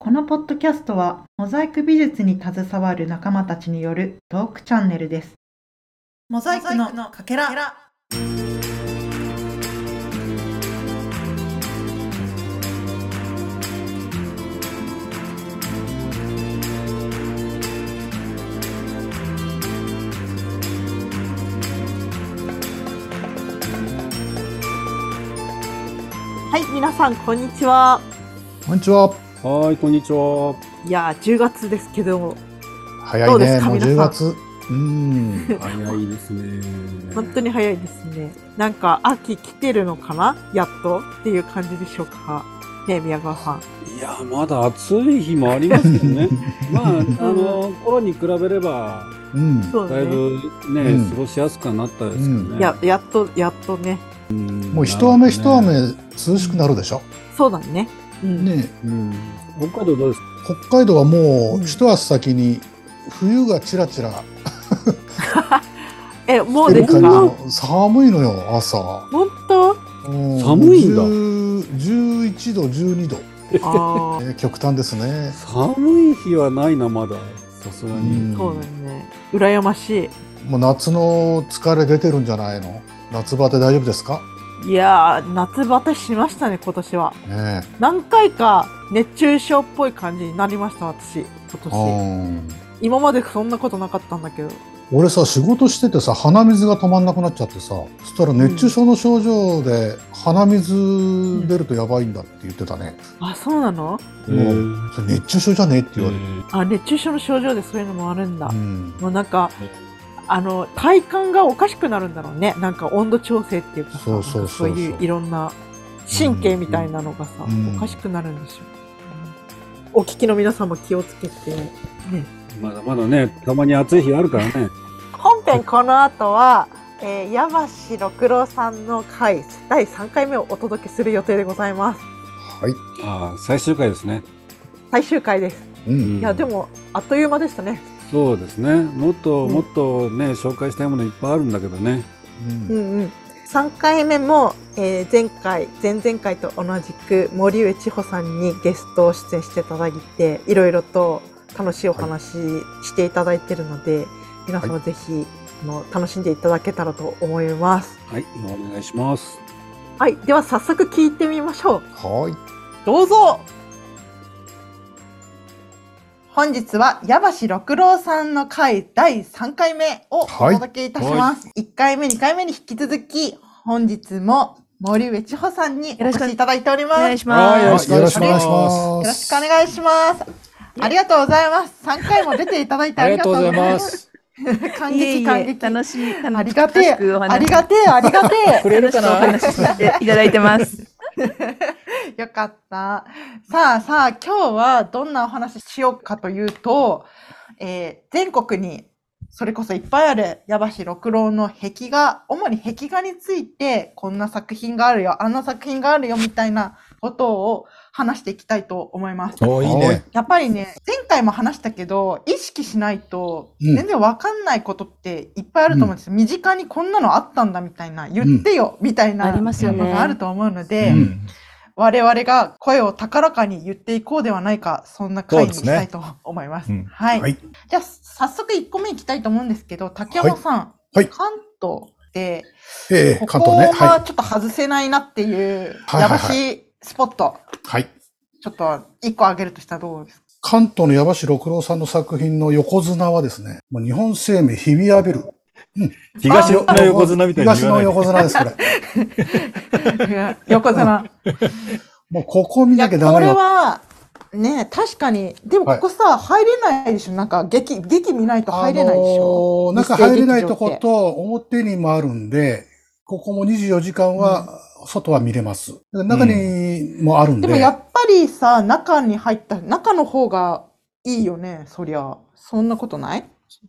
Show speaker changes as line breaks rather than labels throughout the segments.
このポッドキャストはモザイク美術に携わる仲間たちによるトークチャンネルです。モザイクのかけら。
はい、皆さん、こんにちは。
こんにちは。
はーい、こんにちは。
いやー、10月ですけども、
早
どう
い
で
ね。
すか
もう
皆さん
10月。うーん。
早いですね。
本当に早いですね。なんか、秋来てるのかなやっとっていう感じでしょうか。ねえ、宮川さん。
いや、まだ暑い日もありますけどね。まあ、あの、頃に比べれば、
うん。
そう
だい
ね。
ぶね、
うん
過ごしやすくはなったですけどね。
や、やっと、やっとね。
ん
もう一雨一。
なる
雨涼しくなるでしょ。
そうだね。うん。
ね
ほどねうん。北海道どうです
え北海道はも
うん
う一足先に冬がちらちら
え、も
来
うで
てる
す
感じ
か
の寒いのよ、朝。
本当
寒
寒いんだ
11度、12度。
ああ、
ね極端ですね。
か寒い日はないな、まだ。さすが
う
に。
ん
そうだ
も
ね。羨まし
う夏の疲れ出てるんじゃないの夏バテ大丈夫ですか
い。いやー、夏バテしましたね、今年は。
ねえ。
何回か熱中症っぽい感じになりました、私。今
う
年。
ん
今までそんなことなかったんだけど。
俺さ仕事しててさ鼻水が止まんなくなっちゃってさそしたら熱中症の症状で鼻水出るとやばいんだって言ってたね、
あ、そうなの
うんそれ熱中症じゃねえって言われる、
あ、熱中症の症状でそういうのもあるんだ。
うん
もうなんか
ね、
あの、体感がおかしくなるんだろうね。なんか温度調整っていうかさ、
そうそうそうそう
なんかいういろんな神経みたいなのがさ、
うん
おかしくなるんでしょう、お聞きの皆さんも気をつけて。
まだまだね、たまに暑い日あるからね。
本編この後は、えー、山師六郎さんの回、第3回目をお届けする予定でございます。
はい、
ああ、最終回ですね。
最終回です。
うん
いや、
うん
でも、あっという間でしたね。
そうですね。もっと、
うん
もっとね、紹介したいものいっぱいあるんだけどね。
うん
うんうん、3回目も、えー前回前々回と同じく森上千穂さんにゲスト出演していただいていろいろと楽しいお話していただいてるので、皆様ぜひ、あの楽しんでいただけたらと思います。
はい、お願いします。
はい、では早速聞いてみましょう。
はい
どうぞ
本日は矢橋六郎さんの回第3回目をお届けいたします。1回目、2回目に引き続き、本日も森上千穂さんにお越しいただいております。
お
よ
願
ろ
い
し
します。
はいよろしくお願いします
くお願いします。ありがとうございます。3回も出ていただいてありがとうございます。
す
感
いえい
激
え
感激。
楽しい、楽し
ありがてえ
楽しくお話
ありがてえ、ありがて
くれるかなお話ししていただいてます。
え。よかった。さあさあ、今日はどんなお話ししようかというと、えー全国にそれこそいっぱいある矢橋六郎の壁画、主に壁画について、こんな作品があるよ、あんな作品があるよ、みたいなことを話していきたいと思います。
お
おいいね。
やっぱりね、前回も話したけど、意識しないと、
うん
全然わかんないことっていっぱいあると思うんですよ。身近にこんなのあったんだみたいな、言ってよ、みたいな
ありますよね
ことがあると思うの
う
で、
ん、
我々が声を高らかに言っていこうではないか、そんな回に
そうで
し
すね
たいと思います。
うん
はい。
はい
じゃあ、早速1個目いきたいと思うんですけど、竹山さん、
はいはい
関東で、
ええ
こ
関
こ
東ねは
はちょっと外せないなっていう、
はい
や
は
ば
いはい
しいスポット、
い、はい、
ちょっと1個挙げるとしたらどうですか
関東の矢橋六郎さんの作品の横綱はですねもう日本生命日比谷ビル
東の横綱みたいに
東
言わ
の
ないで。
横綱ですこれ
いや 横綱。
もうここ見
いや、
なき
こ
ゃ
れ
ダメよ
は、ね、確かに。でもここさ、入れないでしょなんか、劇、劇見ないと入れないでしょ、
あのー中入れないとこと表にもあるんで、ここも24時間は、外は見れます。で中にもあるんで。
でもやっぱりさ、中に入った、中の方がいいよね、そりゃ。そんなことない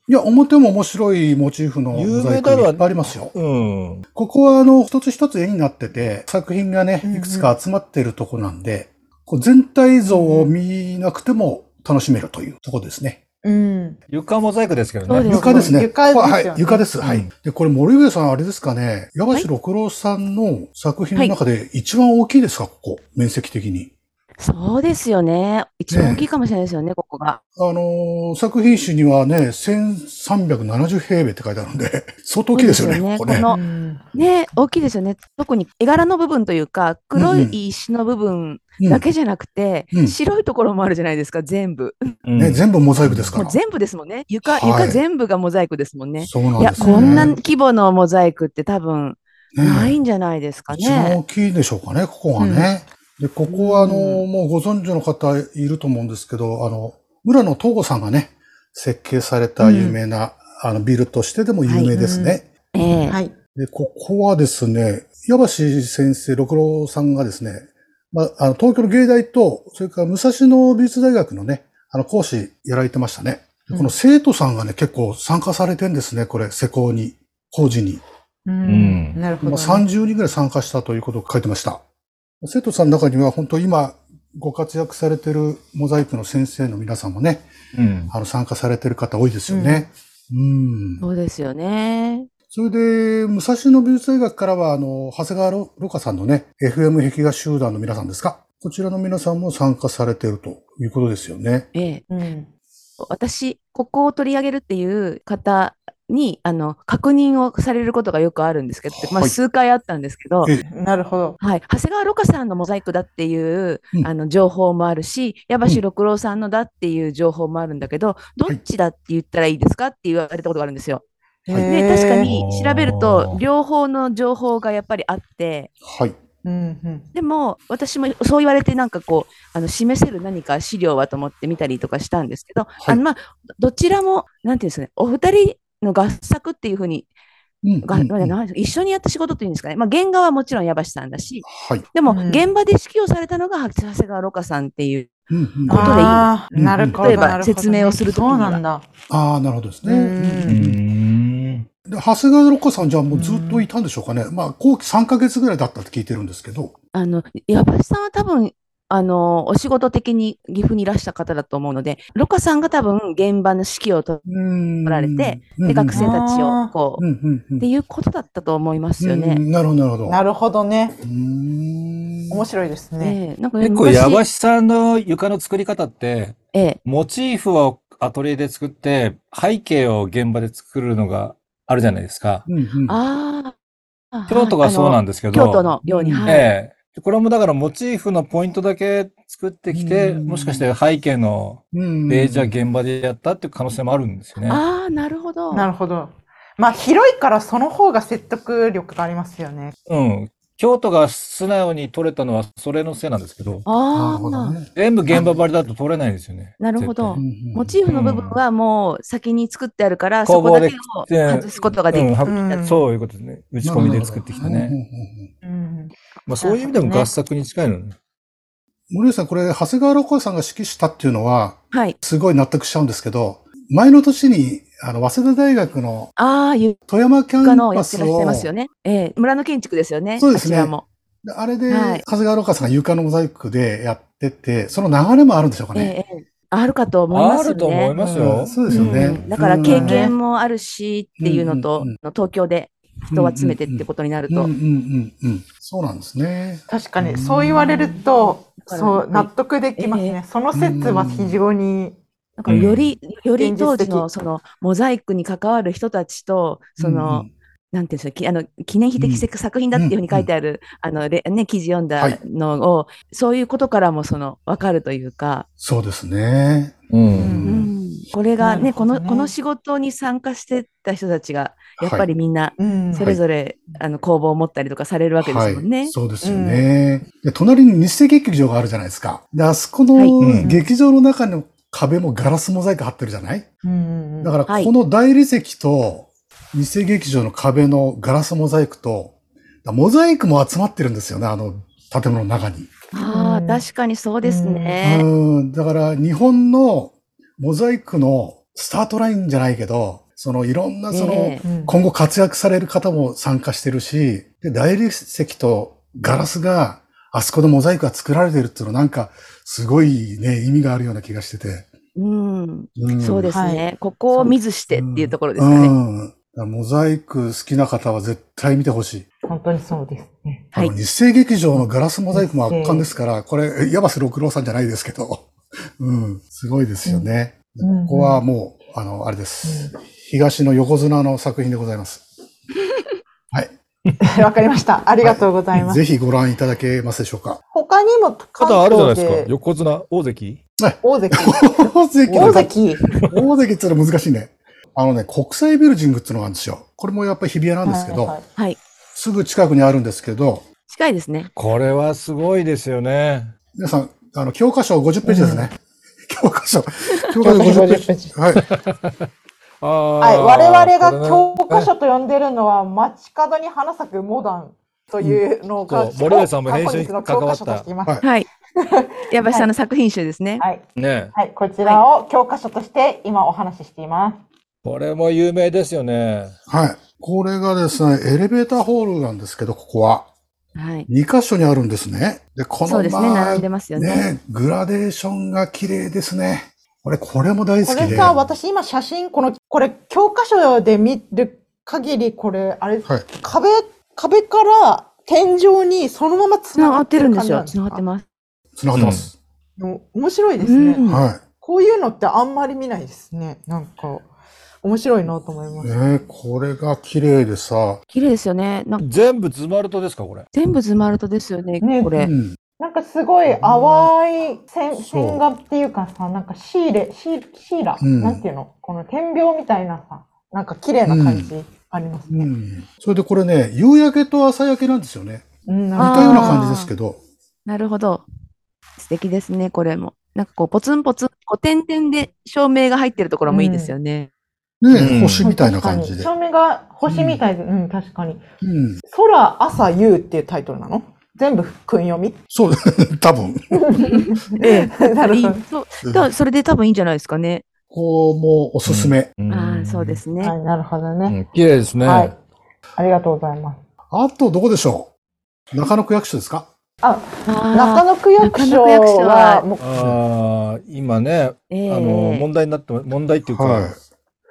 いや、表も面白いモチーフのモザイク
有名だろ
いっぱいありますよ。
うん。
ここはあの、一つ一つ絵になってて、作品がね
うんう、ん
いくつか集まってるとこなんで、こう全体像を見なくても楽しめるというとこですね。
うん。
床モザイクですけ
そ
ど
うで
ね。
す
床ですね。
床ですよね
はい、床です。は
う
い
ん。
で、これ森上さん、あれですかね。矢橋六郎さんの作品の中で一番大きいですか、ここ。面積的に。
そうですよね。一番大きいかもしれないですよね、ここが。
あのー作品集にはね、1370平米って書いてあるんで、相当大きいですよね、
そうです
う
ここね。
よねこの
ん
ね、大きいですよね。特に絵柄の部分というか、黒い石の部分
うん
だけじゃなくて、
うん
白いところもあるじゃないですか、全部。
ね、全部モザイクですか
も
ら
う。全部ですもんね。
は
床、
い
床全部がモザイクですもんね。
そうなん
いや、
ですね。
こんな規模のモザイクって多分な
ね
いんじゃないですか
一番
ね。
大きいでしょうかね、ここはね。で、ここは、あのー
う
もうご存知の方いると思うんですけど、あの、村野東吾さんがね、設計された有名な、あの、ビルとしてでも有名ですね。
ええ
はい。
で、ここはですね、矢橋先生、六郎さんがですね、まあ、あの東京の芸大と、それから武蔵野美術大学のね、あの、講師やられてましたね。でこの生徒さんがね、結構参加されてんですね、これ、施工に、工事に。
うんなるほど。
まあ、30人ぐらい参加したということを書いてました。生徒さんの中には、本当今、ご活躍されてるモザイクの先生の皆さんもね、
うん。
あの、参加されてる方多いですよね。うん
そうですよね。
それで、武蔵野美術大学からは、あの、長谷川ろろかさんのね、FM 壁画集団の皆さんですかこちらの皆さんも参加されているということですよね。
ええ、
うん
私、ここを取り上げるっていう方に、あの、確認をされることがよくあるんですけど、まあ、
はい
数回あったんですけど、
え
なるほど。
はい、長谷川ろ過さんのモザイクだっていう、
うん
あの情報もあるし矢
うん
橋六郎さんのだっていう情報もあるんだけど、
い
どっちだって言ったらいいですかって言われたことがあるんですよ。
へ
で
ー
確かに調べる
あ
と
ー
両方の情報がやっぱりあって
はい。
うんうん
でも私もそう言われてなんかこうあの示せる何か資料はと思って見たりとかしたんですけど、
はい
あのまあ、どちらもなんていうんですかねお二人の合作っていうふうに、
うん
が
うん
まあ
うん
なん一緒にやった仕事っていうんですかね、まあ、原画はもちろん矢橋さんだし、
はい。
でも、
うん
現場で指揮をされたのが長谷川ろ過さんっていう。
うんうん、
ことでいい
あーなるほど。
例えば
なるほどね
説明をする時に
そう
は
なんだ。
ああ、なるほどですね。
うん
う
うん
ん。
で長谷川ろかさんじゃあもうずっといたんでしょうかね。まあ、後期3ヶ月ぐらいだったって聞いてるんですけど。
あの、矢橋さんは多分、あの、お仕事的に岐阜にいらした方だと思うので、ろ過さんが多分現場の指揮をと、
うん
来られて、
うん
で、学生たち
あ
を
ー
こう、
うんうんうん
っていうことだったと思いますよ
う
ね。
んなるほど、なるほど。
なるほどね。
うーん
面白いですね。
ええなんか
結構、矢橋
昔
さんの床の作り方って、
ええ
モチーフをアトリエで作って、背景を現場で作るのがあるじゃないですか。
うんうん
ああ。
京都がそうなん
で
ですけど。
京都のように、
うん
はい。
ええ。これもだからモチーフのポイントだけ作ってきて、
うん
もしかして背景の
うん
レジャー現場でやったっていう可能性もあるんですよね。
ああ、なるほど。
なるほど。まあ広いからその方が説得力がありますよね。
うん。京都が素直に撮れたのはそれのせいなんですけど、
なる
あ
ほど
あ、
ね。
全部現場張りだと撮れないんですよね。
なるほど
うんうん
モチーフの部分はもう先に作ってあるから、そ
工
こ
房
だ
で
けを外すことができ
うんは
うん
そういうことですね。打ち込みで作ってきた
うんうん
ね。
うん
うん。
まあそういう意味でも合作に近いのね。
森内さん、これ、長谷川六甲さんが指揮したっていうのは、
はい。
すごい納得しちゃうんですけど、前の年に、あの、早稲田大学の
ああ、ゆ
富山キャ
他
ン
の
パ
やって
ス
らっしゃい
を、
ますよね。ええ村の建築ですよね。
そうですね
あちらも。
であれで、
はい
長谷川六甲さんが床のモザイクでやってて、その流れもあるんでしょうか
ええ
ね。
ええあるかと思いますよ
あ
ね。
ると思います
う
よ
ん。そうですよね。
うんだから経験
も
もあるしっていうのと、
うんうん
あの東京で人を集めてってことになると、
うんうんうんうん。そうなんですね。
確かに、そう言われると、
だから
そう、納得できます
え
ね。その説は非常に、
だからより、より
現実的
当時のそのモザイクに関わる人たちと、その、なんていうんですかきあの記念碑的作品だっていうふうに書いてある、あのれね、記事読ん
は
だ
い
のを、そういうことからもその分かるというか、
そうですね。
う
うん
ん。
これがね
なるほ
こ
どね
のこの仕事に参加してた人たちがやっぱりみんな
うん
それぞれ、あの工房を持ったりとかされるわけですもんね。
はい、そうですよね、で。隣に日生劇場があるじゃないですか。で、あそこ
はい
の
うん
劇場の中の壁もガラスモザイク貼ってるじゃない、
うん
だから、
はい
この大理石と日生劇場の壁のガラスモザイクと、だモザイクも集まってるんですよね、あの建物の中に。
ああ
うん
確かにそうですね。
うん。だから、日本のモザイクのスタートラインじゃないけど、そのいろんなその、
え
う
え
ん
今後活躍される方も参加してるし、で、大理石とガラスが、あそこのモザイクが作られてるっていうのなんか、すごいね、意味があるような気がしてて。
うん
うん
そうですね、
は
ここを見ずしてっていうところですか
う
ね。
ん。らモザイク好きな方は絶対見てほしい。
本当にそうですね。
あ
は
の
い。
日生劇場のガラスモザイクも圧巻ですから、これ、ヤバス六郎さんじゃないですけど、 うん、すごいですよ
う
ね。
ん
ここはもう、あの、あれです。東の横綱の作品でござ います。はい。
わかりました。ありがとうございます。
ぜひご覧いただけますでしょうか。
他にも関
肩あるじゃない
東
ですか。
で
横綱、大関
大関。
大関
大関。
大関ってのは難しいね。あのね、国際ビルジングっていうのがあるんですよ。これもやっぱり日比谷なんですけ
はいはい
ど、
はい。
すぐ近くにあるんですけど、
近いですね。
これはすごいですよね。
皆さん、あの、教科書50ページですね。教科書。教科
は
書
い
50ペー
50ペ
ジ。
ージ
はい。
ああ
はい、我々が教
これね
科書と呼んでるのは、街角に花咲くモダンというのが、
そう森上さんも編集に
過去日の教科書としています。
関わっ
はい。矢橋さんの作品集ですね。
はい、
ね
はい、こちらを教科書として今お話ししています。
これも有名ですよね。
はい。これがですね、エレベーターホールなんですけど、ここは。
はい。
2箇所にあるんですね。で、この、
そうですね。並んでますよね。
ねグラデーションが綺麗ですね。俺、これも大好
こ
きで。
れさ、私今写真、この、これ教科書で見る限り、これ、あれ、
はい
壁、壁から天井にそのまま
つ
繋
な
が
が
っ
ってて
る
るん
感
で
じ
す
なんですか
よ。つながってます。
繋がってます。
の面白いです
う
ね、
ん。
はい。
こういうのってあんまり見ないですね。なんか、面白いなと思います。
ねこれが綺麗でさ、
綺麗ですよね。なんか
全部ズマルトですか、これ。
全部ズマルトですよね。
ね
こ
う
れ。
ん。
なんかすごい淡い線
そう
線画っていうかさ、なんかシーレ、シーシーラ、
うん
なんていうのこの点描みたいなさ、なんか綺麗な感じあります
う
ね。
ん。それでこれね、夕焼けと朝焼けなんですよね。
うん、
似
なん
た
か
ような感じですけど、
なるほど。素敵ですね、これも。なんかこう、ポツンポツン、こう、点々で照明が入ってるところもいいですよね。
ね、
うん
星みたいな感じで。
照明が星みたいで、うん、確かに。
うん。
空、朝、夕っていうタイトルなの全部訓読 み
そう、 多分。
なる
いい
ほど。
そうだからそれで多分いいんじゃないですかね。
こうもおすすめ。
ああ、そうで。すね。
はい、なるほど
う
ね。
ん、綺麗ですね。
はい。ありがとうございます。
あと、どこでしょう中野区役所ですか
あ、中
ああ、
野区役所
中野区役所
は
は、
も
ああ、今ね、
え
あ
え
の、問題になってま、問題っていうか、
はい。
う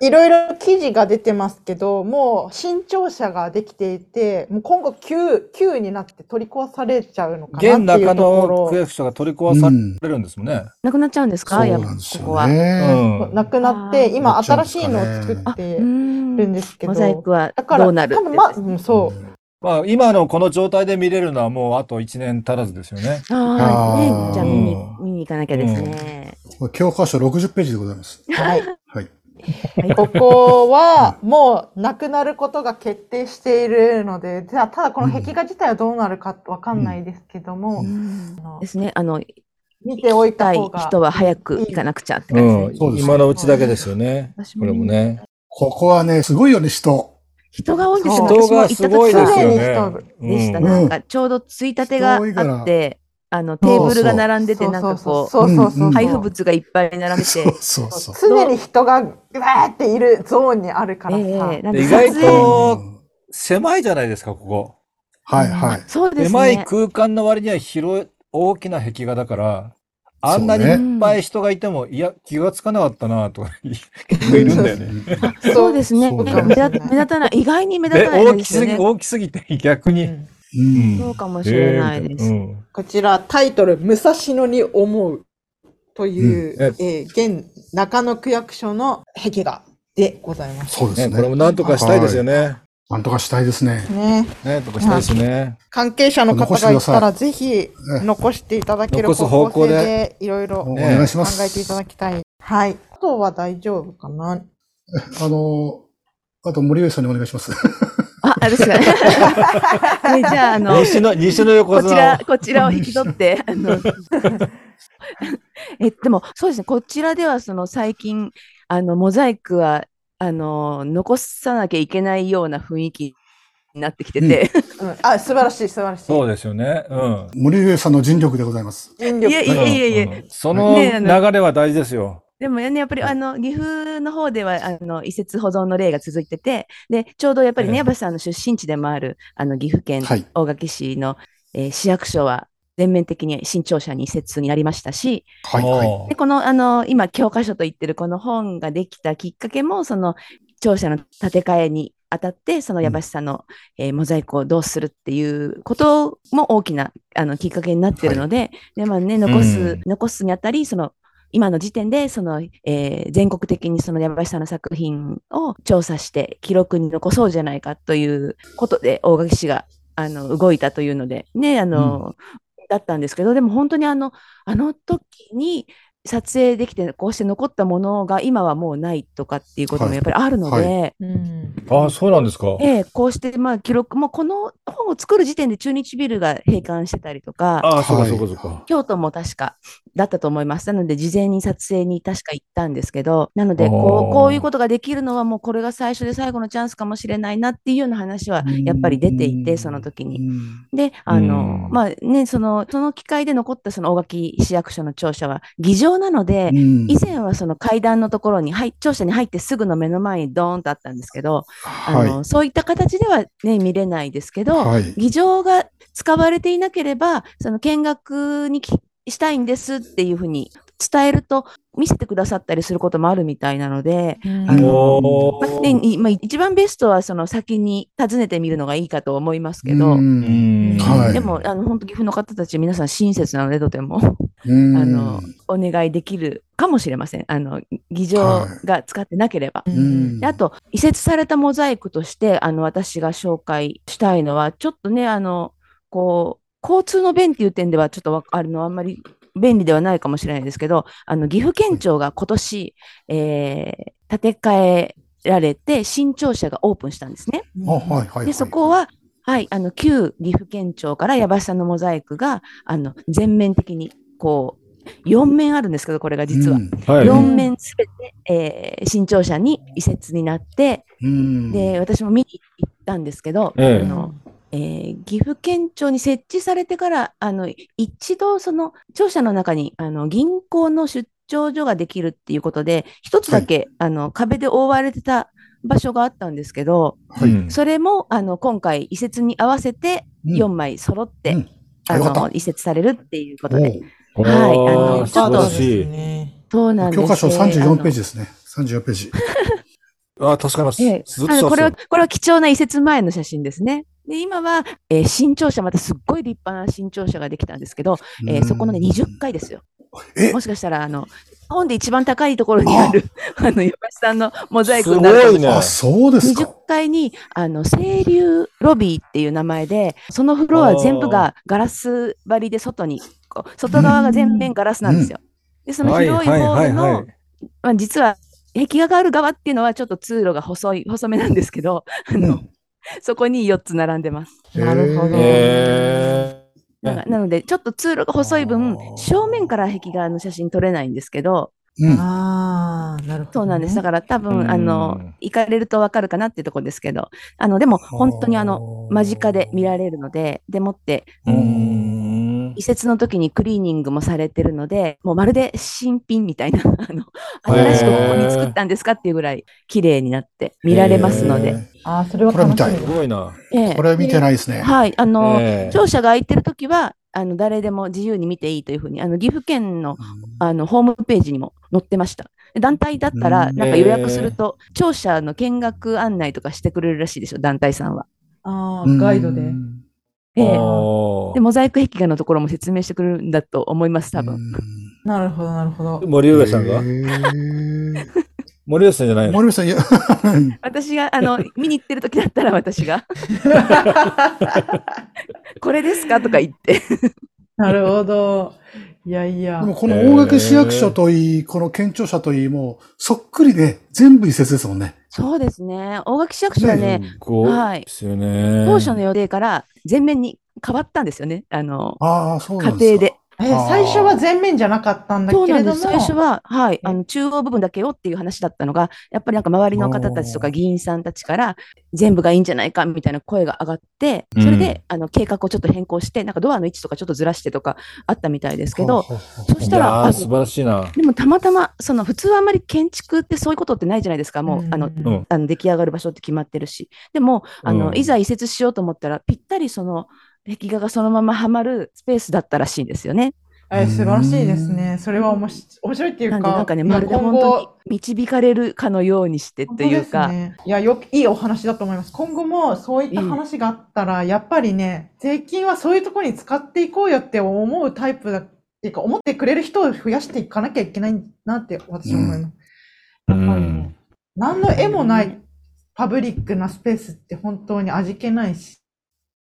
いろいろ記事が出てますけど、もう新庁舎ができていて、もう今後旧、旧になって取り壊されちゃうのか
現
なってい
中
うとこ
野区
ろ、
役所が取り壊されるんですもんね。
なくなっちゃうんです
そう
かやっ
な
ぱ
んです
こ
よ
こは。
ね。
うん。
なくなっ
あ
て、
ー
今
なっちゃうん
新
で
し
す
いのを作
かね
って
う
るん
ん。
ですけど、
モザイクは
だから、
どうなる
多分まあ、
ってやつ
うんそう。
まあ、今のこの状態で見れるのはもうあと1年足らずですよね。
あ
あ
あ、
ー
ね、じゃあ見に
う
見に行かなきゃですね。
これ教科書60ページでございます。
はい。
はい。
ここはもうなくなることが決定しているので、じゃあただこの壁画自体はどうなるかわかんないですけども、
うん
あの
ですね。あの、行
見ておい
き
た
たい
方が。
人は早く行かなくちゃって
う
感じ
ん
ですね。
そうです
今のうちだけですよね。
私も
これもね。
ここはね、すごいよね、人。
人が多いんですよ。
人
私も行
が
った
す
時
ごいですよ
私
ね
も行った。
うん
でした。
うん
なんかちょうどついたてが
人多いから
あって、あのテーブルが並んでて、なんかこ
そうそうそうう。
う、
ん
配布物がいっぱい並んでて
そう、そうそう。
常に人がうわーっているゾーンにあるからさ。
ええなん
で
で
意外
撮影
と
うん
狭いじゃないですか、ここ。
はいはい。
そうです
狭い
ね。
空間の割には広い、大きな壁画だから、あんなに
そう
ね
いっぱい人がいても、いや、気がつかなかったなとか、結構いるんだよね。
ね。
そうですね。
そう
目
だ
立
ね
目立たない、意外に目立
で、
たない
大
で
き
すよ
すぎ、
ね。
大きすぎて逆に。
う。
うん
そうかもしれないです。
えーみたなうん
こちらタイトル「武蔵野に思う」という、
うん
えー現中野区役所の壁画でございます。
そうです
ね、
ね。
これもなんとかしたいですよね。
なんとかしたいですね。
ね、
なんとかしたいですね。
関係者の方がいたらぜひ
ええ
残していただける
残す方
方向
向で
性でいろいろ
おお
考
ね
願いします。
えていただきたい。はい。あとは大丈夫か な。
あの、あと森上さんにお願いします。
あ、あれですかね。 ねじゃあ、あの、
西 の、西の横
こち
綱を
ら、。こちらを引き取って、あの、 え、でも、そうですね、こちらでは、その、最近、あの、モザイクは、あの、残さなきゃいけないような雰囲気になってきてて、
うん、あ素晴らしい素晴らしい。
そうですよね。うん。
森上さんの尽力でございます。
人
い
力
やいやいやいや、
うんその
ねあの
流れは大事ですよ。
でもね、やっぱりあの岐阜の方ではあの移設保存の例が続いてて、でちょうどやっぱり
ええ
ね、矢橋さんの出身地でもあるあの岐阜県
はい
大垣市の、えー市役所は全面的に新庁舎に移設になりましたし、
はい、はい。
もう
でこのあの今、教科書と言ってるこの本ができたきっかけも、その庁舎の建て替えにあたって、その矢橋さんの、えーモザイクをどうするっていうことも大きなあのきっかけになってるので、でまあね、残す、
うん
残すにあたり、その今の時点でその、えー全国的にその山橋さんの作品を調査して記録に残そうじゃないかということで大垣市があの動いたというのでねあの、だったんですけどでも本当にあのあの時に撮影できてこうして残ったものが今はもうないとかっていうこともやっぱりあるので、
はい
うん。
ああ、そうなんですか。
ええこうしてまあ記録もこの本を作る時点で中日ビルが閉館してたりとか。
ああ、そうか
はい
そうかそうか。
京都も確かだったと思います。なので、事前に撮影に確か行ったんですけど、なのでこ
おー
う、こういうことができるのは、もうこれが最初で最後のチャンスかもしれないなっていうような話は、やっぱり出ていて、その時に。
うん
で、あの
う、ん
まあね、その、その機会で残ったその大垣市役所の庁舎は、議場なので、
うん
以前はその階段のところに、はい、庁舎に入ってすぐの目の前にドーンとあったんですけど、あ
はい
のそういった形ではね、見れないですけど、
はい。
議場が使われていなければ、その見学にきしたいんですっていうふうに伝えると、見せてくださったりすることもあるみたいなので、あの
お
まあねいまあ、一番ベストはその先に訪ねてみるのがいいかと思いますけど、
うん
うん
はい
でも、あの本当、岐阜の方たち、皆さん親切なので、とても
うん
あのお願いできるかもしれません、あの議場が使ってなければ。
うん
であと、移設されたモザイクとして、あの、私が紹介したいのは、ちょっとね、あの、こう、交通の便っていう点では、ちょっとわあの、あんまり便利ではないかもしれないですけど、あの、岐阜県庁が今年、えー建て替えられて、新庁舎がオープンしたんですね。
あはいはいはい
で、そこは、はい、あの、旧岐阜県庁から矢橋さんのモザイクが、あの、全面的に、こう、4面あるんですけど、これが実は。
うん
はい。
4面すべて、えー新庁舎に移設になって、
うん
で、私も見に行ったんですけど、
ええ
あのえー岐阜県庁に設置されてから、あの一度、その庁舎の中にあの銀行の出張所ができるっていうことで、一つだけ、あの壁で覆われてた場所があったんですけど、
はい
うん
それもあの今回、移設に合わせて
うん
4枚揃って、
うん
あ
よかった
の移設されるっていうことで、
お
はいあ
ー
の
素晴らしい。
い。
そうな
お
んです
教科書
あの
34ページですね。34ページ。
ああ、確かに
ええ
ずっ
あの
と
これ
さ
は、これは貴重な移設前の写真ですね。で、今は、えー新庁舎、またすっごい立派な新庁舎ができたんですけど、えーそこのね、20階ですよ。
え
もしかしたら、あの、日本で一番高いところにある、 あの、山下さんのモザイクになる
すごいね
あ、そうですか
20。階に、あの、清流ロビーっていう名前で、そのフロア全部がガラス張りで外に、こう外側が全面ガラスなんですよ。で、その
はい
広いホ
はいは
ー
い
ル
は
の
い、。
まあ、実は壁画がある側っていうのはちょっと通路が細い 細めなんですけど、あ
う
の
ん
そこに4つ並んでます。
なるほど。
え
なんかなのでちょっと通路が細い分
あー
正面から壁画の写真撮れないんですけど
うん
ああ、なるほど。
そうなんですだから多
うん
分あの行かれるとわかるかなっていうところですけどあのでも本当にあの間近で見られるのででもって
えうん
移設の時にクリーニングもされてるのでもうまるで新品みたいな あの
へ
新
ー
しくここに作ったんですかっていうぐらい綺麗になって見られますので。。
ああ、それは
これは
楽し
見
た
い
み
すごいな。
え
え
え
ーこれは見てないですね。
はい、あの、
ええ
庁舎が空いてるときは、あの誰でも自由に見ていいというふうに、あの岐阜県のあのホームページにも載ってました。団体だった
う
ら、
ん
なんか予約すると、庁舎の見学案内とかしてくれるらしいでしょ、団体さんは。
あ
う
あ、
ん
ガイドで。
ええ
おー
で、モザイク壁画のところも説明してくれるんだと思います、多分。。
なるほど、なるほど。
森上さん
が
が 森上さんじゃないの
森上さん、いや、
私が、あの、見に行ってるときだったら私 が、これですかとか言って。
なるほど。いやいや
で。もこの大垣市役所といい、この県庁舎といい、もう、そっくりで、全部移設ですもんね。
そうですね。大垣市役所はね、
すご
はい
いですよね。
当初の予定から全面に変わったんですよね。あの、
ああ、そう
家
なんですか。
庭で。
え
あー
最初は全面じゃなかったんだけ
そうな
れ
ん
ども、
です。最初は、はい、あの中央部分だけよっていう話だったのが、やっぱりなんか周りの方たちと
お
か
ー
議員さんたちから、全部がいいんじゃないかみたいな声が上がって、それで、あの計画をちょっと変更して、なんかドアの位置とかちょっとずらしてとかあったみたいですけど、
ほうほうほう
そしたら、
いやー
あ
素晴らしいな。
でもたまたま、その普通はあんまり建築ってそういうことってないじゃないですか、もう、あの、
ん
あの出来上がる場所って決まってるし、でも、あの
うん
いざ移設しようと思ったら、ぴったりその壁画がそのままはまるスペースだったらしいんですよね。
えー素晴らしいですね。それはおもし面白いっていう
なんで、
か、
なんかね、
まあ
まるで
今
本
後
当に導かれるかのようにしてっていうか、
本当ですねいや、よく、いいお話だと思います。今後もそういった話があったら、やっぱりね、税金はそういうところに使っていこうよって思うタイプだ、っていうか、思ってくれる人を増やしていかなきゃいけないなって私は思います。やっぱりね、何の絵もないパブリックなスペースって本当に味気ないし、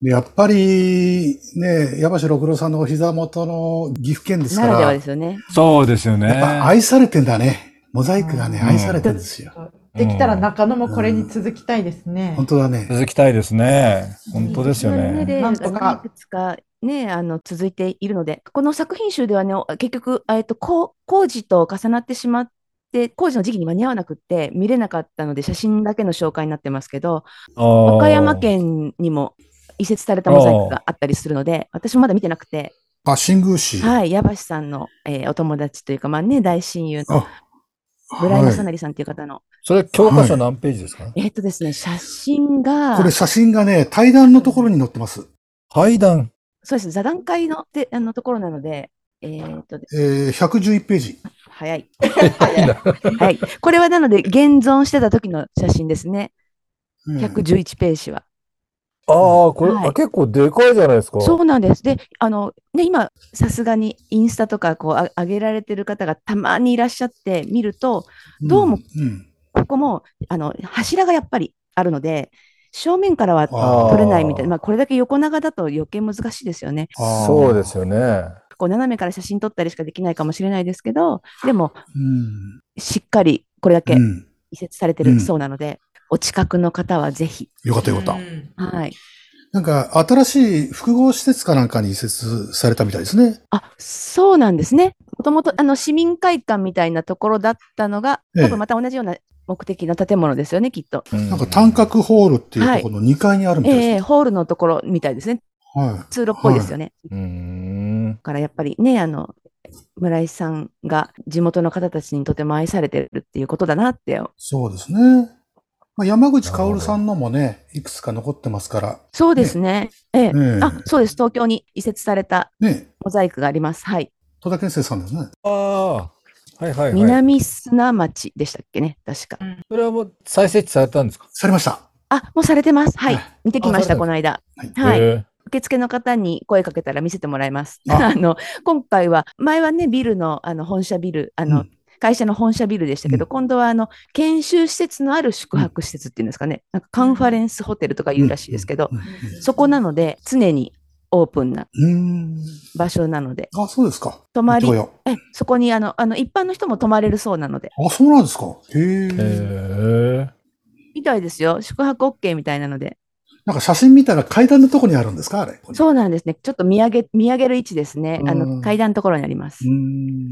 でやっぱり、ね、矢橋六郎さんのお膝元の岐阜県ですか
ならでは
ら、
ですよね。
そうですよ
やっぱ
ね。
愛されてんだね。モザイクがね、
うん
愛されてんですよ。
できたら中野もこれに続きたいですね。
本当だね。
続きたいですね。本当ですよ
まあ
ね。
で
な
あ
んとか
のいくつかね、あの続いているので、この作品集ではね、お結局、えっと、こう工事と重なってしまって、工事の時期に間に合わなくって、見れなかったので、写真だけの紹介になってますけど、和
和
歌山県にも移設されたモザイクがあったりするので、私もまだ見てなくて、
あ、新宮市。
はい、矢橋さんの、えーお友達というか、まあね、大親友の
あ、
ブライ
は
ナ
い
サナリさんという方の、
それ教科書何ページですか、
えっとですね、写真が、
これ写真がね、対談のところに載ってます。
対談。
そうです座談会のてあのところなので、えーっと、
えー、111ページ。
早い。はい。これはなので、現存してた時の写真ですね。
うん
111ページは。
ああ、これ、
はい
あ結構でかいじゃないですか。
そうなんです。で、あの、ね、今、さすがにインスタとか、こうあ、上げられてる方がたまにいらっしゃって見ると、どうも。
うん。
ここも、あの、柱がやっぱりあるので、正面からは
あ
ー
撮れないみたいな、まあ、これだけ横長だと余計難しいですよね。
あー
そうですよね。
こう、斜めから写真撮ったりしかできないかもしれないですけど、でも、
うん。
しっかりこれだけ
うん。
移設されて
う
る
ん
そうなので、お近くの方はぜひ。
よかったよかった。
うん
はい。
なんか、新しい複合施設かなんかに移設されたみたいですね。
あ、そうなんですね。もともと、あの、市民会館みたいなところだったのが、
ええ
多分また同じような目的の建物ですよね、きっと。
な
なんか、単角ホールっていうところの2階にあるみたいです
ええホールのところみたいですね。
ね。はい。
通路っぽいですよね。
うーん
だ。からやっぱりね、あの、村井さんが地元の方たちにとても愛されてるっていうことだなって。
そうですね。まあ、山口薫さんのもね、いくつか残ってますから。
そうですね。ええ
ええ
あ、そうです。東京に移設された
ね、
モザイクがあります。はい。
戸田健生さんですね。
ああ、はいはいはい。
南砂町でしたっけね、確か。
それはもう再設置されたんですか
されました。
あ、もうされてます。はい
はい。
見てきまし
あ
た、
されてます
この間。
はい
はい。
へ
受付の方に声かけたら見せてもらいます。
あ
あの、今回は、前はね、ビルの、あの、本社ビル、あの、
うん
会社の本社ビルでしたけど、
うん
今度はあの研修施設のある宿泊施設っていうんですかね、なんかカンファレンスホテルとかいうらしいですけど、
うん。
そこなので、常にオープンな
うん。う
場所なので、
ーんあ、そうですか。
泊まり
行ってこよ
えそこにあのあの一般の人も泊まれるそうなので、
うあ、そうなんですか。へえ。
え。へえ。
みたいですよ、宿泊 OK みたいなので、
なんか写真見たら階段のとこにあるんですかあれ。
そうなんですね、ちょっと見上げ見上げる位置ですね、あ
うん
の階段のところにあります。
うーん。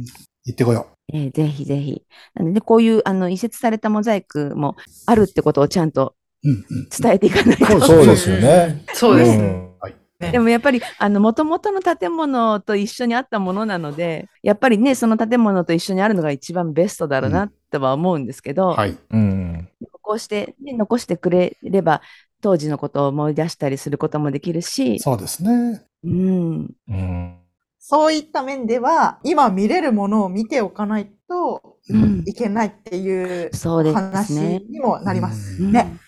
行ってこよ
えーぜひぜひ。なので、こういうあの移設されたモザイクもあるってことをちゃんと
う。うんうん。
伝えていかないと。
そうですよね。
そうですね。
ん
でもやっぱり、あの、もともとの建物と一緒にあったものなので、やっぱりね、その建物と一緒にあるのが一番ベストだろうなとは思うんですけど、
はい。
うん。
こうして、ね、残してくれれば、当時のことを思い出したりすることもできるし、
そうですね。
うん、
うん。
そういった面では、今見れるものを見ておかないと
うん
いけないっていう
そうです
話
ね。
にもなります。
うん
う
ね。
ん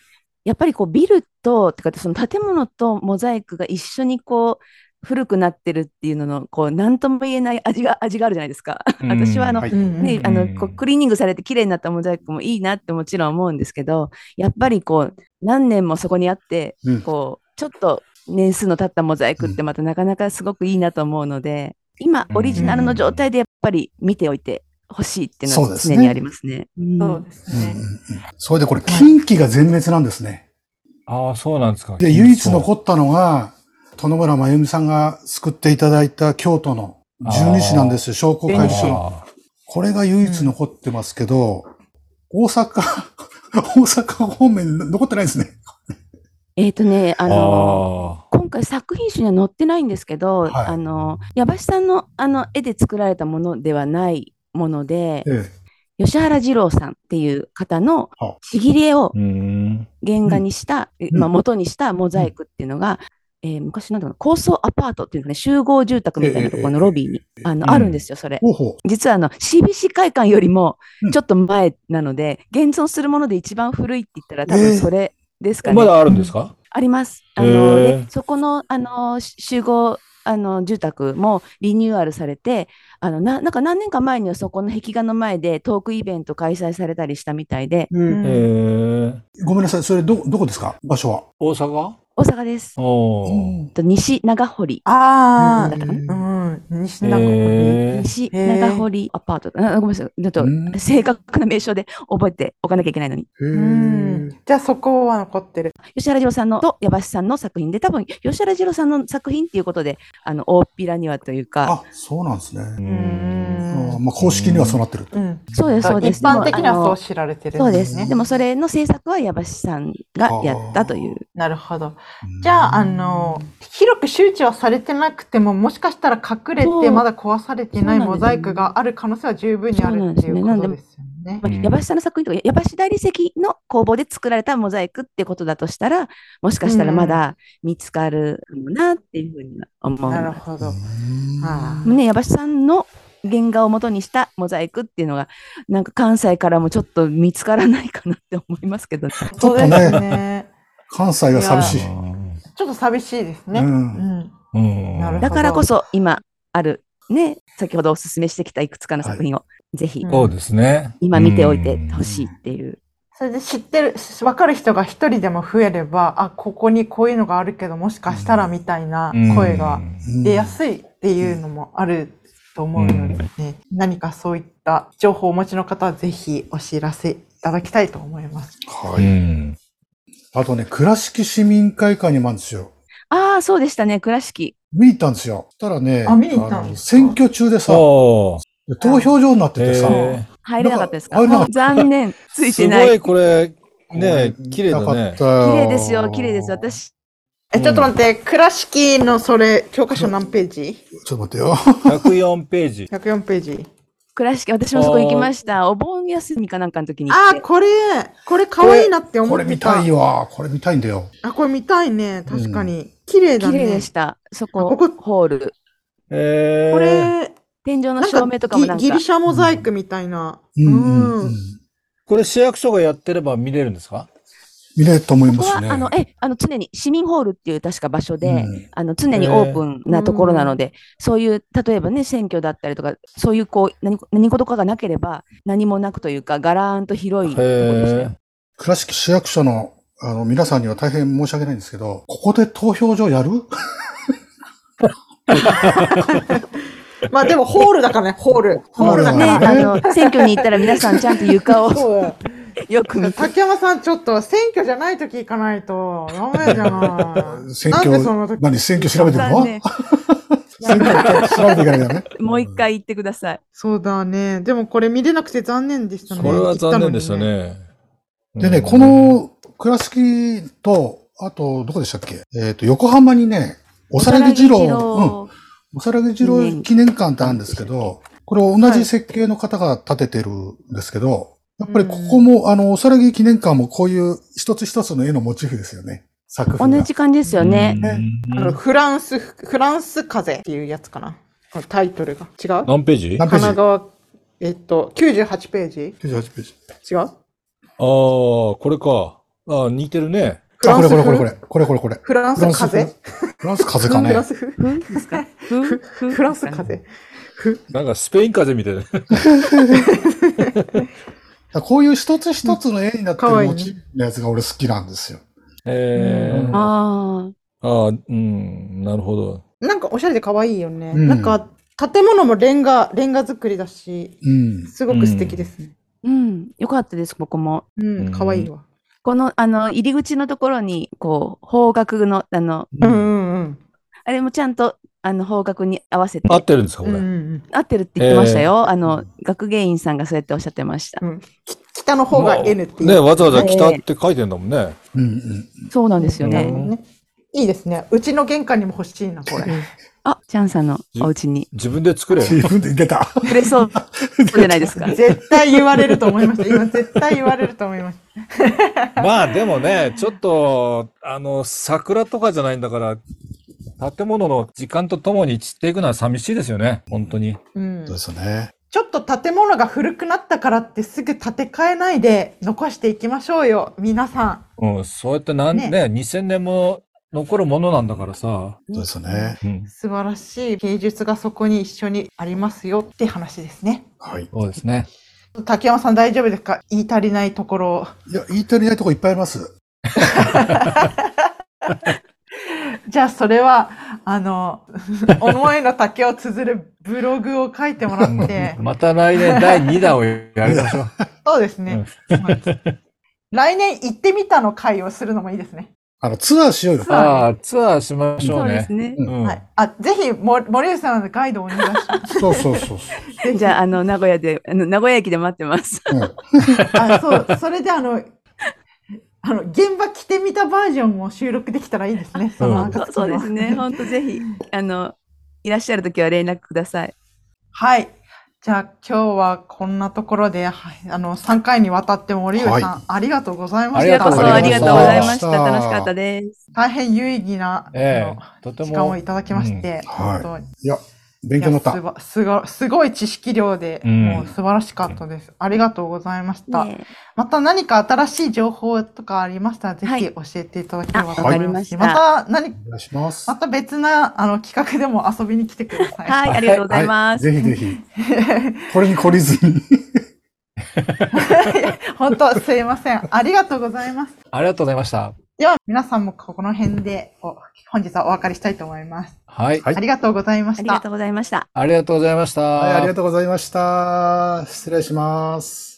やっぱりこうビルとてかその建物とモザイクが一緒にこう古くなってるっていうののこう何とも言えない味が味があるじゃないですか。
うん
私はあの、
はい。
うんうん
ね、あのこ
う
うんクリーニングされて綺麗になったモザイクもいいなってもちろん思うんですけどやっぱりこう何年もそこにあって
うん
こうちょっと年数の経ったモザイクってまたなかなかすごくいいなと思うので今オリジナルの状態でやっぱり見ておいてほしいっていうの
そう
は
です
常
ね
にありますね。うん
そうです
うんうん
ね。
うんそれでこれ、近畿が全滅なんですね。
ああ、そうなんですか。
で、唯一残ったのが、殿村真由美さんが救っていただいた京都の十二支なんですよ、商工会議所。
あ
これが唯一残ってますけど、大阪、 大阪方面残ってないですね。
えっ、とねあ
あ
の
あ
今回作品集には載ってないんですけど、
はい
あの矢橋さんのあの絵で作られたものではないもので、
ええ
吉原二郎さんっていう方の
はあ
ちぎり絵を
ー。うん。
原画にした、え
うん
まあ、元にしたモザイクっていうのが、えー昔なんだろうな、高層アパートっていうかね、集合住宅みたいなところのロビーに、
ええ
あ
うん
の、あるんですよ、それ。
ほうほ
実はあの CBC 会館よりも
うん
ちょっと前なので、現存するもので一番古いって言ったら多
ええ
分それですかね。
まだあるんですか
あります。あ
へ
の
え
でそこのあのし集合あの住宅もリニューアルされてあのななんか何年か前にはそこの壁画の前でトークイベント開催されたりしたみたいで
う。
へー
えごめんなさい。それ、ど、どこですか場所は。
大阪
大阪です。
おー
と西長堀
あ
だったか
あ、
な。
うん、西中に。
へー
西長堀アパートだなごめんなさいちょっと
うん
正確な名称で覚えておかなきゃいけないのに
へえ
うん、じゃあそこは残ってる。
吉原二郎さんのと矢橋さんの作品で、多分吉原二郎さんの作品っていうことで、あの大っぴらにはというか、
あ、そうなんですね。
う
あー
ん。
まあ、公式にはそうなってると。
うん。
そうです、そうです。
一般的に
で
はそ
もあの
う知られてるん
そう
で
ですす
ね。
でもそれの制作は矢橋さんがやったという。
なるほど。じゃあ、あの、広く周知はされてなくても、もしかしたら隠れ
そ
て
う
まだ壊されていない
そうなんです
モ
よね
ザイクがある可能性は十分にあるっていうことですよね。
うん
矢橋さんの作品とか、矢橋大理石の工房で作られたモザイクってことだとしたら、もしかしたらまだ見つかるのなっていうふうには思う。
なるほど。あ
ね、矢橋さんの原画を元にしたモザイクっていうのが、なんか関西からもちょっと見つからないかなって思いますけどね。
ーそうですね。
関西は寂しい。
ちょっと寂しいです
う。
ね。うんん。
うん
なるほど
だからこそ今あるね、先ほどお勧めしてきたいくつかの作品を、ぜひ
うん
そうですね。
今見ておいてほしいっていう。
それで知ってる、わかる人が一人でも増えれば、あ、ここにこういうのがあるけど、もしかしたらみたいな
うん
声が
うん
出やすいっていうのもあると思うので、ね何かそういった情報をお持ちの方はぜひお知らせいただきたいと思います。
は
う
い。
ん。
あとね、倉敷市民会館にもあるんですよ。
ああ、そうでしたね、倉敷。
見に行ったんですよ。そしたらね、
あ見に行ったん
の
ですか
選挙中でさ、
おー
投票所になってて
へ
さ、
ー
入れなかったですか
入れなかっ
残念、ついて
す
な
ごい
い。
これ、ね、綺麗だね。
綺
綺麗ですよ、綺麗です。。私、
え、ちょっと待って、倉敷のそれ、教科書何ページ
ちょっと待ってよ。
104ページ。
?104 ページ。
倉敷、私もそこ行きました。お盆休みかなんかの時に行っ
あー、
て。
これ、これ可愛いなって思
こ
っ
れ
て
見
た。
たいわ。これ見たいんだよ。
あ、これ見たいね。確かに。綺麗だ
綺
ね。
麗でした。そ
あ
こ、
ここ
ホール。
えー
これ、
天井の
なんか
照明とかもなんか。
ギギリシャモザイクみたいな。
うん。う
うんん
これ市役所がやってれば見れるんですか
見れると思い
こ
ま
こ
すね。
は、あの、え、あの、常に市民ホールっていう確か場所で、
うん
あの、常にオープンなところなので、そういう、例えばね、選挙だったりとか、そういう、こう、何、何事かがなければ、何もなくというか、がらーんと広いところでした
へ
よ。
倉敷市役所のあの皆さんには大変申し訳ないんですけど、ここで投票所 やる
まあでもホールだからね、ホール。ホールだか
ね、
ら。
あの、選挙に行ったら皆さんちゃんと床 を
そうだ
よく見て、
竹山さん、ちょっと選挙じゃない時行かないとダメじゃない。
選
なんで
挙
その、時
何選挙調べてるの
残念
選挙調べていかなきゃね。
もう一回行ってください。
そうだね。でもこれ見れなくて残念でしたね。
これは残念でしたね。
でね、この倉敷と、あと、どこでしたっけえっ、と、横浜にね、おさらげ二郎、
郎
うん、おさらげ二郎記念館ってあるんですけど、これ同じ設計の方が建ててるんですけど、やっぱりここも、あの、おさらげ記念館もこういう一つ一つの絵のモチーフですよね。作品が。
同じ感じですよね。
ね
あの。フランス、フランス風邪っていうやつかな。このタイトルが。違う神
何ページあ
何ページ
奈川、えっと、98ページ
?98 ページ。
違う
あ、これか。ああ、似てるね。
フ
あ、
ラ
こ
ン
れ
ス
これ
風
これこれ。これこれこれ。
フランス風邪
フランス風
う
か
ん
ね
フラン。ス風
ふですかふふ
フランス風邪。
なんかスペイン風邪みたいな。
こういう一つ一つの絵になってる
うん可愛いね
モチーフのやつが俺好きなんですよ。
えーあ
あ
あ、うん、なるほど。
なんかおしゃれで可愛いよね。
うん
なんか建物もレンガ、レンガ作りだし、
うん。
すごく素敵ですね。
あ、うん、よかったです、ここも。
う
うん
ん、可愛いわ。
この、あの、入り口のところに、こう、方角の、あの、
うんうんうん。
あれもちゃんと、あの、方角に合わせて、
合ってるんですか、こ
うんう
れ。
ん
合ってるって言ってましたよ。あの、学芸員さんがそうやっておっしゃってました。
うん。き北の方が N っていう。
ね、わざわざ北って書いてんだもんね。
うんうん。
そうなんですよ
なるほ
ね。
どねいいですね。うちの玄関にも欲しいな、これ。
あ、チャンさんのお家に。
自分で作 れ。
自分で出た。
くれそう、そうじゃな いですか。
絶対言われると思いました。今絶対言われると思いました。
まあでもね、ちょっと、あの、桜とかじゃないんだから、建物の時間とともに散っていくのは寂しいですよね。本当に。
うん
そうですよね。
ちょっと建物が古くなったからってすぐ建て替えないで残していきましょうよ、皆さん。
うん、そうやってなんね
ね
2000年も残るものなんだからさ。
そうですよね。
うん、
素晴らしい芸術がそこに一緒にありますよって話ですね。
はい。
そうですね。
竹山さん大丈夫ですか言い足りないところを。
いや、言い足りないとこいっぱいあります。
じゃあそれは、あの、 思いの丈を綴るブログを書いてもらって、
また来年第2弾をやりま しょう。
そうですね。はい来年行ってみたの会をするのもいいですね。
あの、ツアーしようよ。
ああ、ツアーしましょ
そううで
ね
す。ね。
う
うん
はい。あ、ぜひ、も森内さんのガイドをお願いします。
そうそうそうそう。
じゃあ、あの、名古屋で、あの名古屋駅で待っ てます。
うん
あ、そう、それであの、あの、現場着てみたバージョンも収録できたらいいですね。その
う
暁の
そうですね。本当ぜひ、あの、いらっしゃるときは連絡ください。
はい。じゃあ今日はこんなところで、はい、あの、3回にわたって森上さん、
は
ありがとうございま
あ
し
り
こ
た。
ちら
が
こ
とう
そ
ござ
ありが
いました
とうございました。
ありがとうございまし
楽したかったです。
大変有意義な、
え
あ
え、とて
の時間
も
をいただきまして、
は
本
い
当に
いや、勉強になった。
いやすばすごすごい知識量で、
うん
もう素晴らしかったです。ありがとうございました。
ね
また何か新しい情報とかありましたら、ぜ
は
ひ
い
教えていただければと
あ
思いますし、
わかりま
また何、
お願いします
ま。た別なあの企画でも遊びに来てください。
はい、ありがとうございます。
ぜひ ぜひ。これに懲りずに。
本当すいません。ありがとうございます。
ありがとうございました。
では皆さんもここの辺でお本日はお別れしたいと思います。
はい。
はい
ありがとうございま
あ
し
りが
た
と。うございました。
ありがとうございました。
はい、ありがとうございました。失礼します。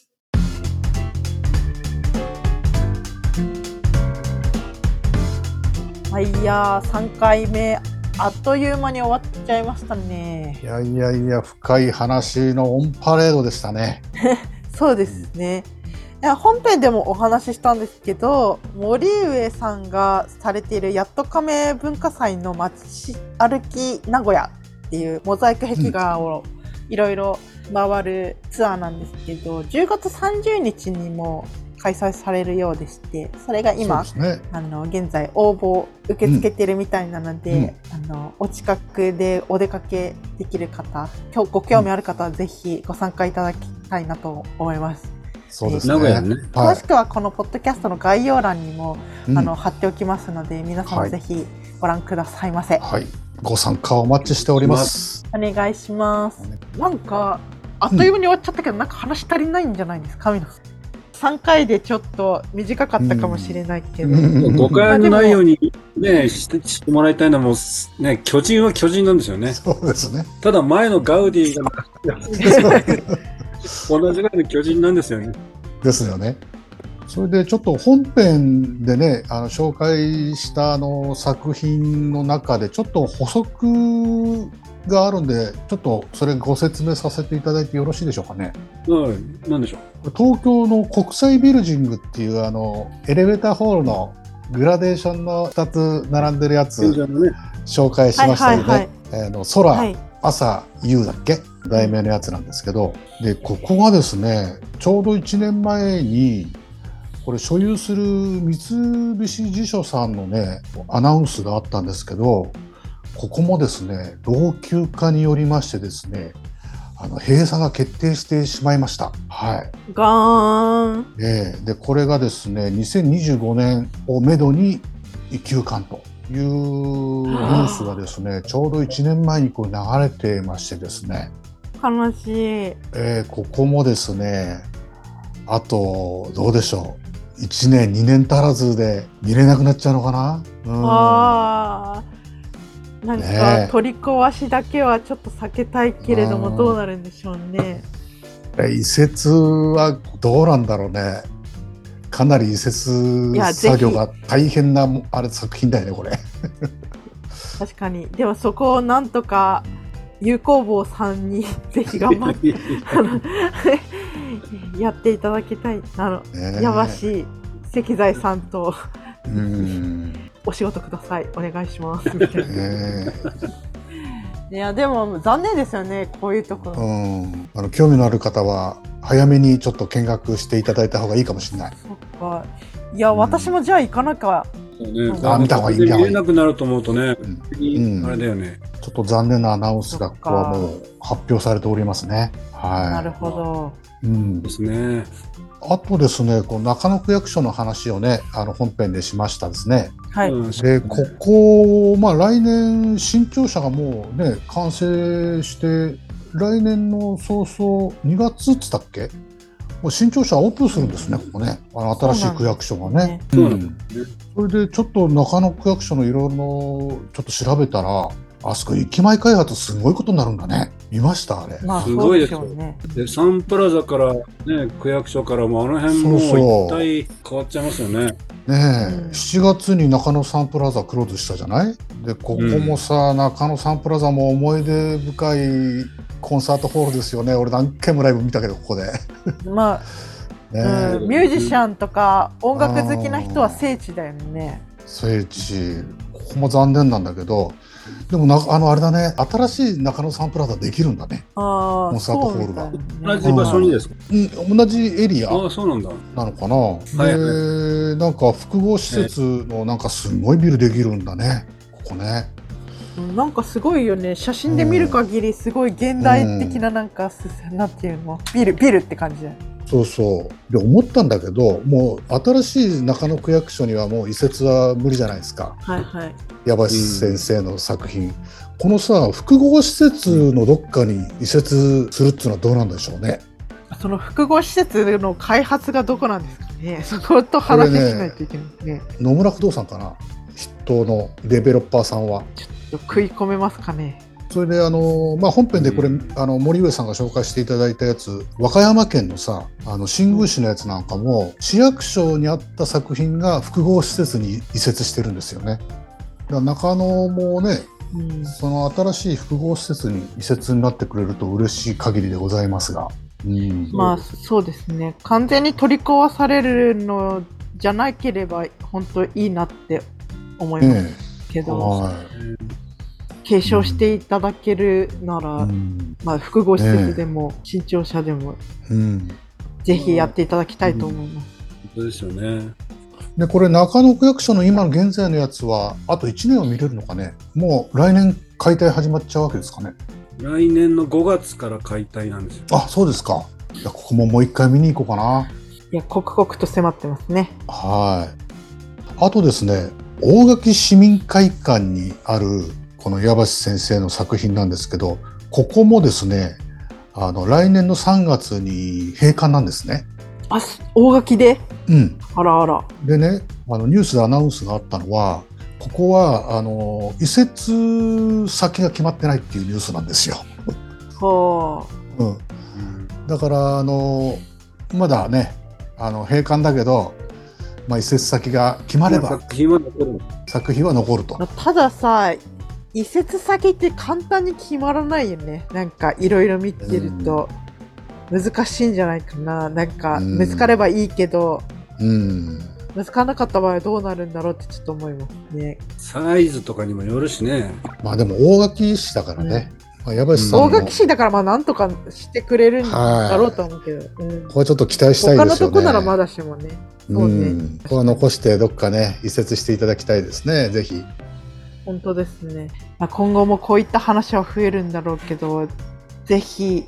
はい、いやー、3回目、あっという間に終わっちゃいましたね。
いやいやいや、深い話のオンパレードでしたね。
そうですね。いや本編でもお話ししたんですけど森上さんがされているやっと亀文化祭の街歩き名古屋っていうモザイク壁画をいろいろ回るツアーなんですけど10月30日にも開催されるようでしてそれが今
そうですね。
あの現在応募受け付けてるみたいなので、あのお近くでお出かけできる方今日ご興味ある方はぜひご参加いただきたいなと思います、
そうですね。
名古屋でね。
はい
詳しくはこのポッドキャストの概要欄にも、
うん
あの貼っておきますので皆さん
は
も
い
ぜひご覧くださいませ、
はい。ご参加お待ちしております。
お願いしますなんかあっという間に終わっちゃったけど、なんか話足りないんじゃないですか皆さん3回でちょっと短かったかもしれないけど、
誤
5
解のないようにね、してしてもらいたいのはもう、ね、巨人は巨人なんですよね。
そうですね。
ただ前のガウディが同じぐらいの巨人なんですよね。
ですよね。それでちょっと本編でね、あの紹介したあの作品の中でちょっと補足があるんで、ちょっとそれご説明させていただいてよろしいでしょうかね。
はい。なんでしょう。
東京の国際ビルジングっていうあのエレベーターホールのグラデーションの2つ並んでるや
天井
つ
のね。
紹介しましたよ
はいはい
ね。あの空、
はい
朝夕だっけ題名のやつなんですけどでここがですねちょうど1年前にこれ所有する三菱地所さんのねアナウンスがあったんですけどここもですね老朽化によりましてですねあの閉鎖が決定してしまいました。はい
ガーン
ええでこれがですね2025年をめどに休館というニュースがですねちょうど1年前にこう流れてましてですね、
悲しい
ええここもですねあとどうでしょう1年2年足らずで見れなくなっちゃうのかな、うん
あーなん
ね
か
え
取り壊しだけはちょっと避けたいけれど
うん
もどうなるんでしょうね。
え移設はどうなんだろうねかなり移設
いやぜひ
作業が大変なもあれ作品だよねこれ。
確かにでもそこをなんとか有効坊さんに ぜひ頑張って あの やっていただきたいあの、
ねえ
やばしい石材さんと
うん
お仕事くださいお願いしますみたいな。
ねえ
いやでも残念ですよねこういうところ。
うん、あの興味のある方は早めにちょっと見学していただいた方がいいかもしれない。
そっかいや、
うん
私もじゃあ行かなきゃ
そうね
あ見た方がいい
で
見た方が
見
いい
れなくなると思うとね、
うん
うんあれだよね。
ちょっと残念なアナウンスがここはもう発表されておりますね。
なる
は
ほど。
い。うん
で。すね。
あとですね、こう中野区役所の話をね、あの本編でしましたですね。
はい
うん
で、ここ、まあ来年、新庁舎がもうね、完成して、来年の早々、2月っつったっけもう新庁舎オープンするんですね、ここね。あの新しい区役所がね。
そうなん
それでちょっと中野区役所のいろいろちょっと調べたら、あそこ駅前開発すごいことになるんだね。見ましたあれ。
まあ、
す
そ
ご
う
い
で
で
し
す
ょ
よ
うね。
でサンプラザから、ね、区役所からもあの辺もう
そうそう
一体変わっちゃいますよね。
ねえ、
うん
7月に中野サンプラザクローズしたじゃないでここもさ、中野サンプラザも思い出深いコンサートホールですよね俺何回もライブ見たけどここで、ね
まあ、
え
うん、ミュージシャンとか音楽好きな人は聖地だよね。
聖地ここも残念なんだけどでもなあのあれだね新しい中野サンプラザできるんだね、
あ
コ
あ、
ンサート
そ
ホ
う
ー
み
ル
た
が
い
同
な
じ
ね。
場所にですか。
うん、同じエリア
ああ、そうなんだ。
なのかな、
はい
でなんか複合施設のなんかすごいビルできるんだねここね
なんかすごいよね。写真で見る限りすごい現代的ななんかす、なんていうのビル、ビルって感じだよね
そうそう。で、思ったんだけど、もう新しい中野区役所にはもう移設は無理じゃないですか。
はいはい。
矢橋先生の作品。このさ、複合施設のどっかに移設するっていうのはどうなんでしょうね。
その複合施設の開発がどこなんですかね。そこと話しないといけないね。
野村不動産かな筆頭のデベロッパーさんは。
食い込めますかね。
それで、あの、まあ、本編でこれ、
うん
あの、森上さんが紹介していただいたやつ、和歌山県のさ、あの、新宮市のやつなんかも、市役所にあった作品が複合施設に移設してるんですよね。だから中野もね、
うん。
その新しい複合施設に移設になってくれると嬉しい限りでございますが、うん、
まあそうですね。完全に取り壊されるのじゃなければ本当いいなって思います
え
け
え、
ど、
は
継承していただけるなら、
い、うん、
まあ複合施設でも、新庁舎でも
うん、
ぜひやっていただきたいと思います。
本当ですよね。
でこれ中野区役所の今の現在のやつはあと1年を見れるのかね、もう来年解体始まっちゃうわけですかね。
来年の5月から解体なんですよ。
あ、そうですか。いやここももう一回見に行こうかな。
いや刻々と迫ってますね。
はい。あとですね、大垣市民会館にあるこの矢橋先生の作品なんですけど、ここもですね、あの来年の3月に閉館なんですね。
あす大垣で
うん。
あらあら。
でね、あのニュースでアナウンスがあったのは、ここはあの移設先が決まってないっていうニュースなんですよ。
は
うん。だからあのまだね、あの閉館だけど、まあ移設先が決まれば
作品は残る。
作品は残ると。
あ。たださ、移設先って簡単に決まらないよね。なんかいろいろ見てると難しいんじゃないかな。なんか
うん
見つかればいいけど、
うん。
見つからなかった場合どうなるんだろうってちょっと思いますね。
サイズとかにもよるしね。
まあでも大垣市だからね。まあ、矢橋さんも
大垣市だからまあなんとかしてくれるんだろうと思うけど。うん
これちょっと期待したい
他
で
の
すよね。
とこならまだしもね。そうね
んここは残してどっかね移設していただきたいですね。ぜひ。
本当ですね、まあ、今後もこういった話は増えるんだろうけどぜひ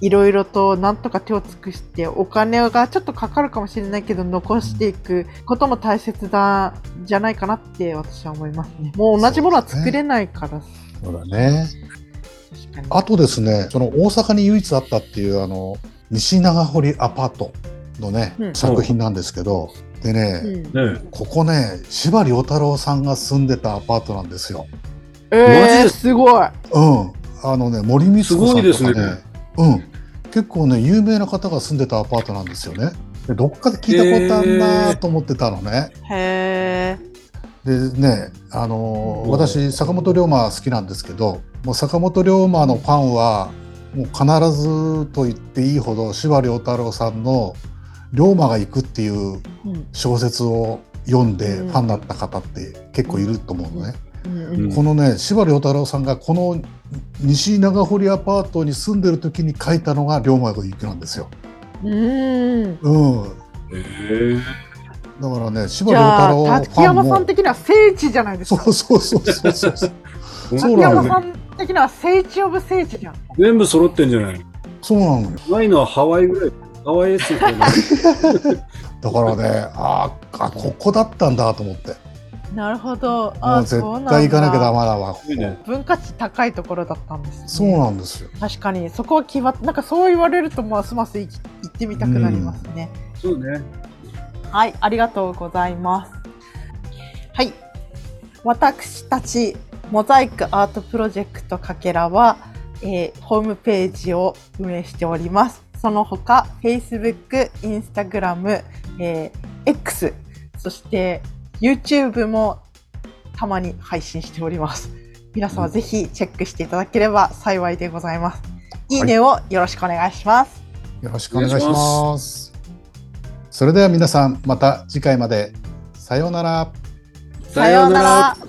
いろいろとなんとか手を尽くしてお金がちょっとかかるかもしれないけど残していくことも大切だじゃないかなって私は思いますねもう同じものは作れないから、
そうだね。
確かに
あとですね、その大阪に唯一あったっていうあの西長堀アパートのね、
うん
作品なんですけど、でね、
うん
ね
ここね柴良太郎さんが住んでたアパートなんですよ。
え
マジ
ー、
です
ごい
うん、あのね森光子さんと
す
か
ご
ね
いですね
うん、結構ね有名な方が住んでたアパートなんですよねでどっかで聞いたことあるなと思ってたのね、
へえ
でねあのー
うん
私坂本龍馬好きなんですけどもう坂本龍馬のファンはもう必ずと言っていいほど司馬遼太郎さんの「龍馬が行く」っていう小説を読んでファンになった方って結構いると思うのね。
うん
このね司馬遼太郎さんがこの西長堀アパートに住んでる時に書いたのが「龍馬が行く」なんですよ。
うん
うん、だか
ええ
らからね、柴
じ
良
ゃ
太郎
あ、
フ
滝
ァン
山さん
も。
的には聖地じゃないです
そ
か。
うそうそうそうそうそう。そう
滝
な
山
の
さ
よ。
ん的には聖地オブ聖地じゃん。
全部揃ってんじゃない
そうなのよ。
ないのはハワイぐらい。ハワイエッセンスだね
だからね、あーあ、ここだったんだと思って。
なるほど。
もう絶対行かなきゃダメだわ。ここ
いいね
文化値高いところだったんです、ね。
そうなんですよ。
確かにそこは決まっなんかそう言われるとますます行き行ってみたくなりますね、
そうね。
はいありがとうございますはい私たちモザイクアートプロジェクトかけらは、えーホームページを運営しておりますその他 Facebook、Instagram、えー X そして YouTube もたまに配信しております皆様ぜひチェックしていただければ幸いでございます、いいねをよろしくお願いします
よろしくお願いします。それでは皆さん、また次回まで。さようなら。
さようなら。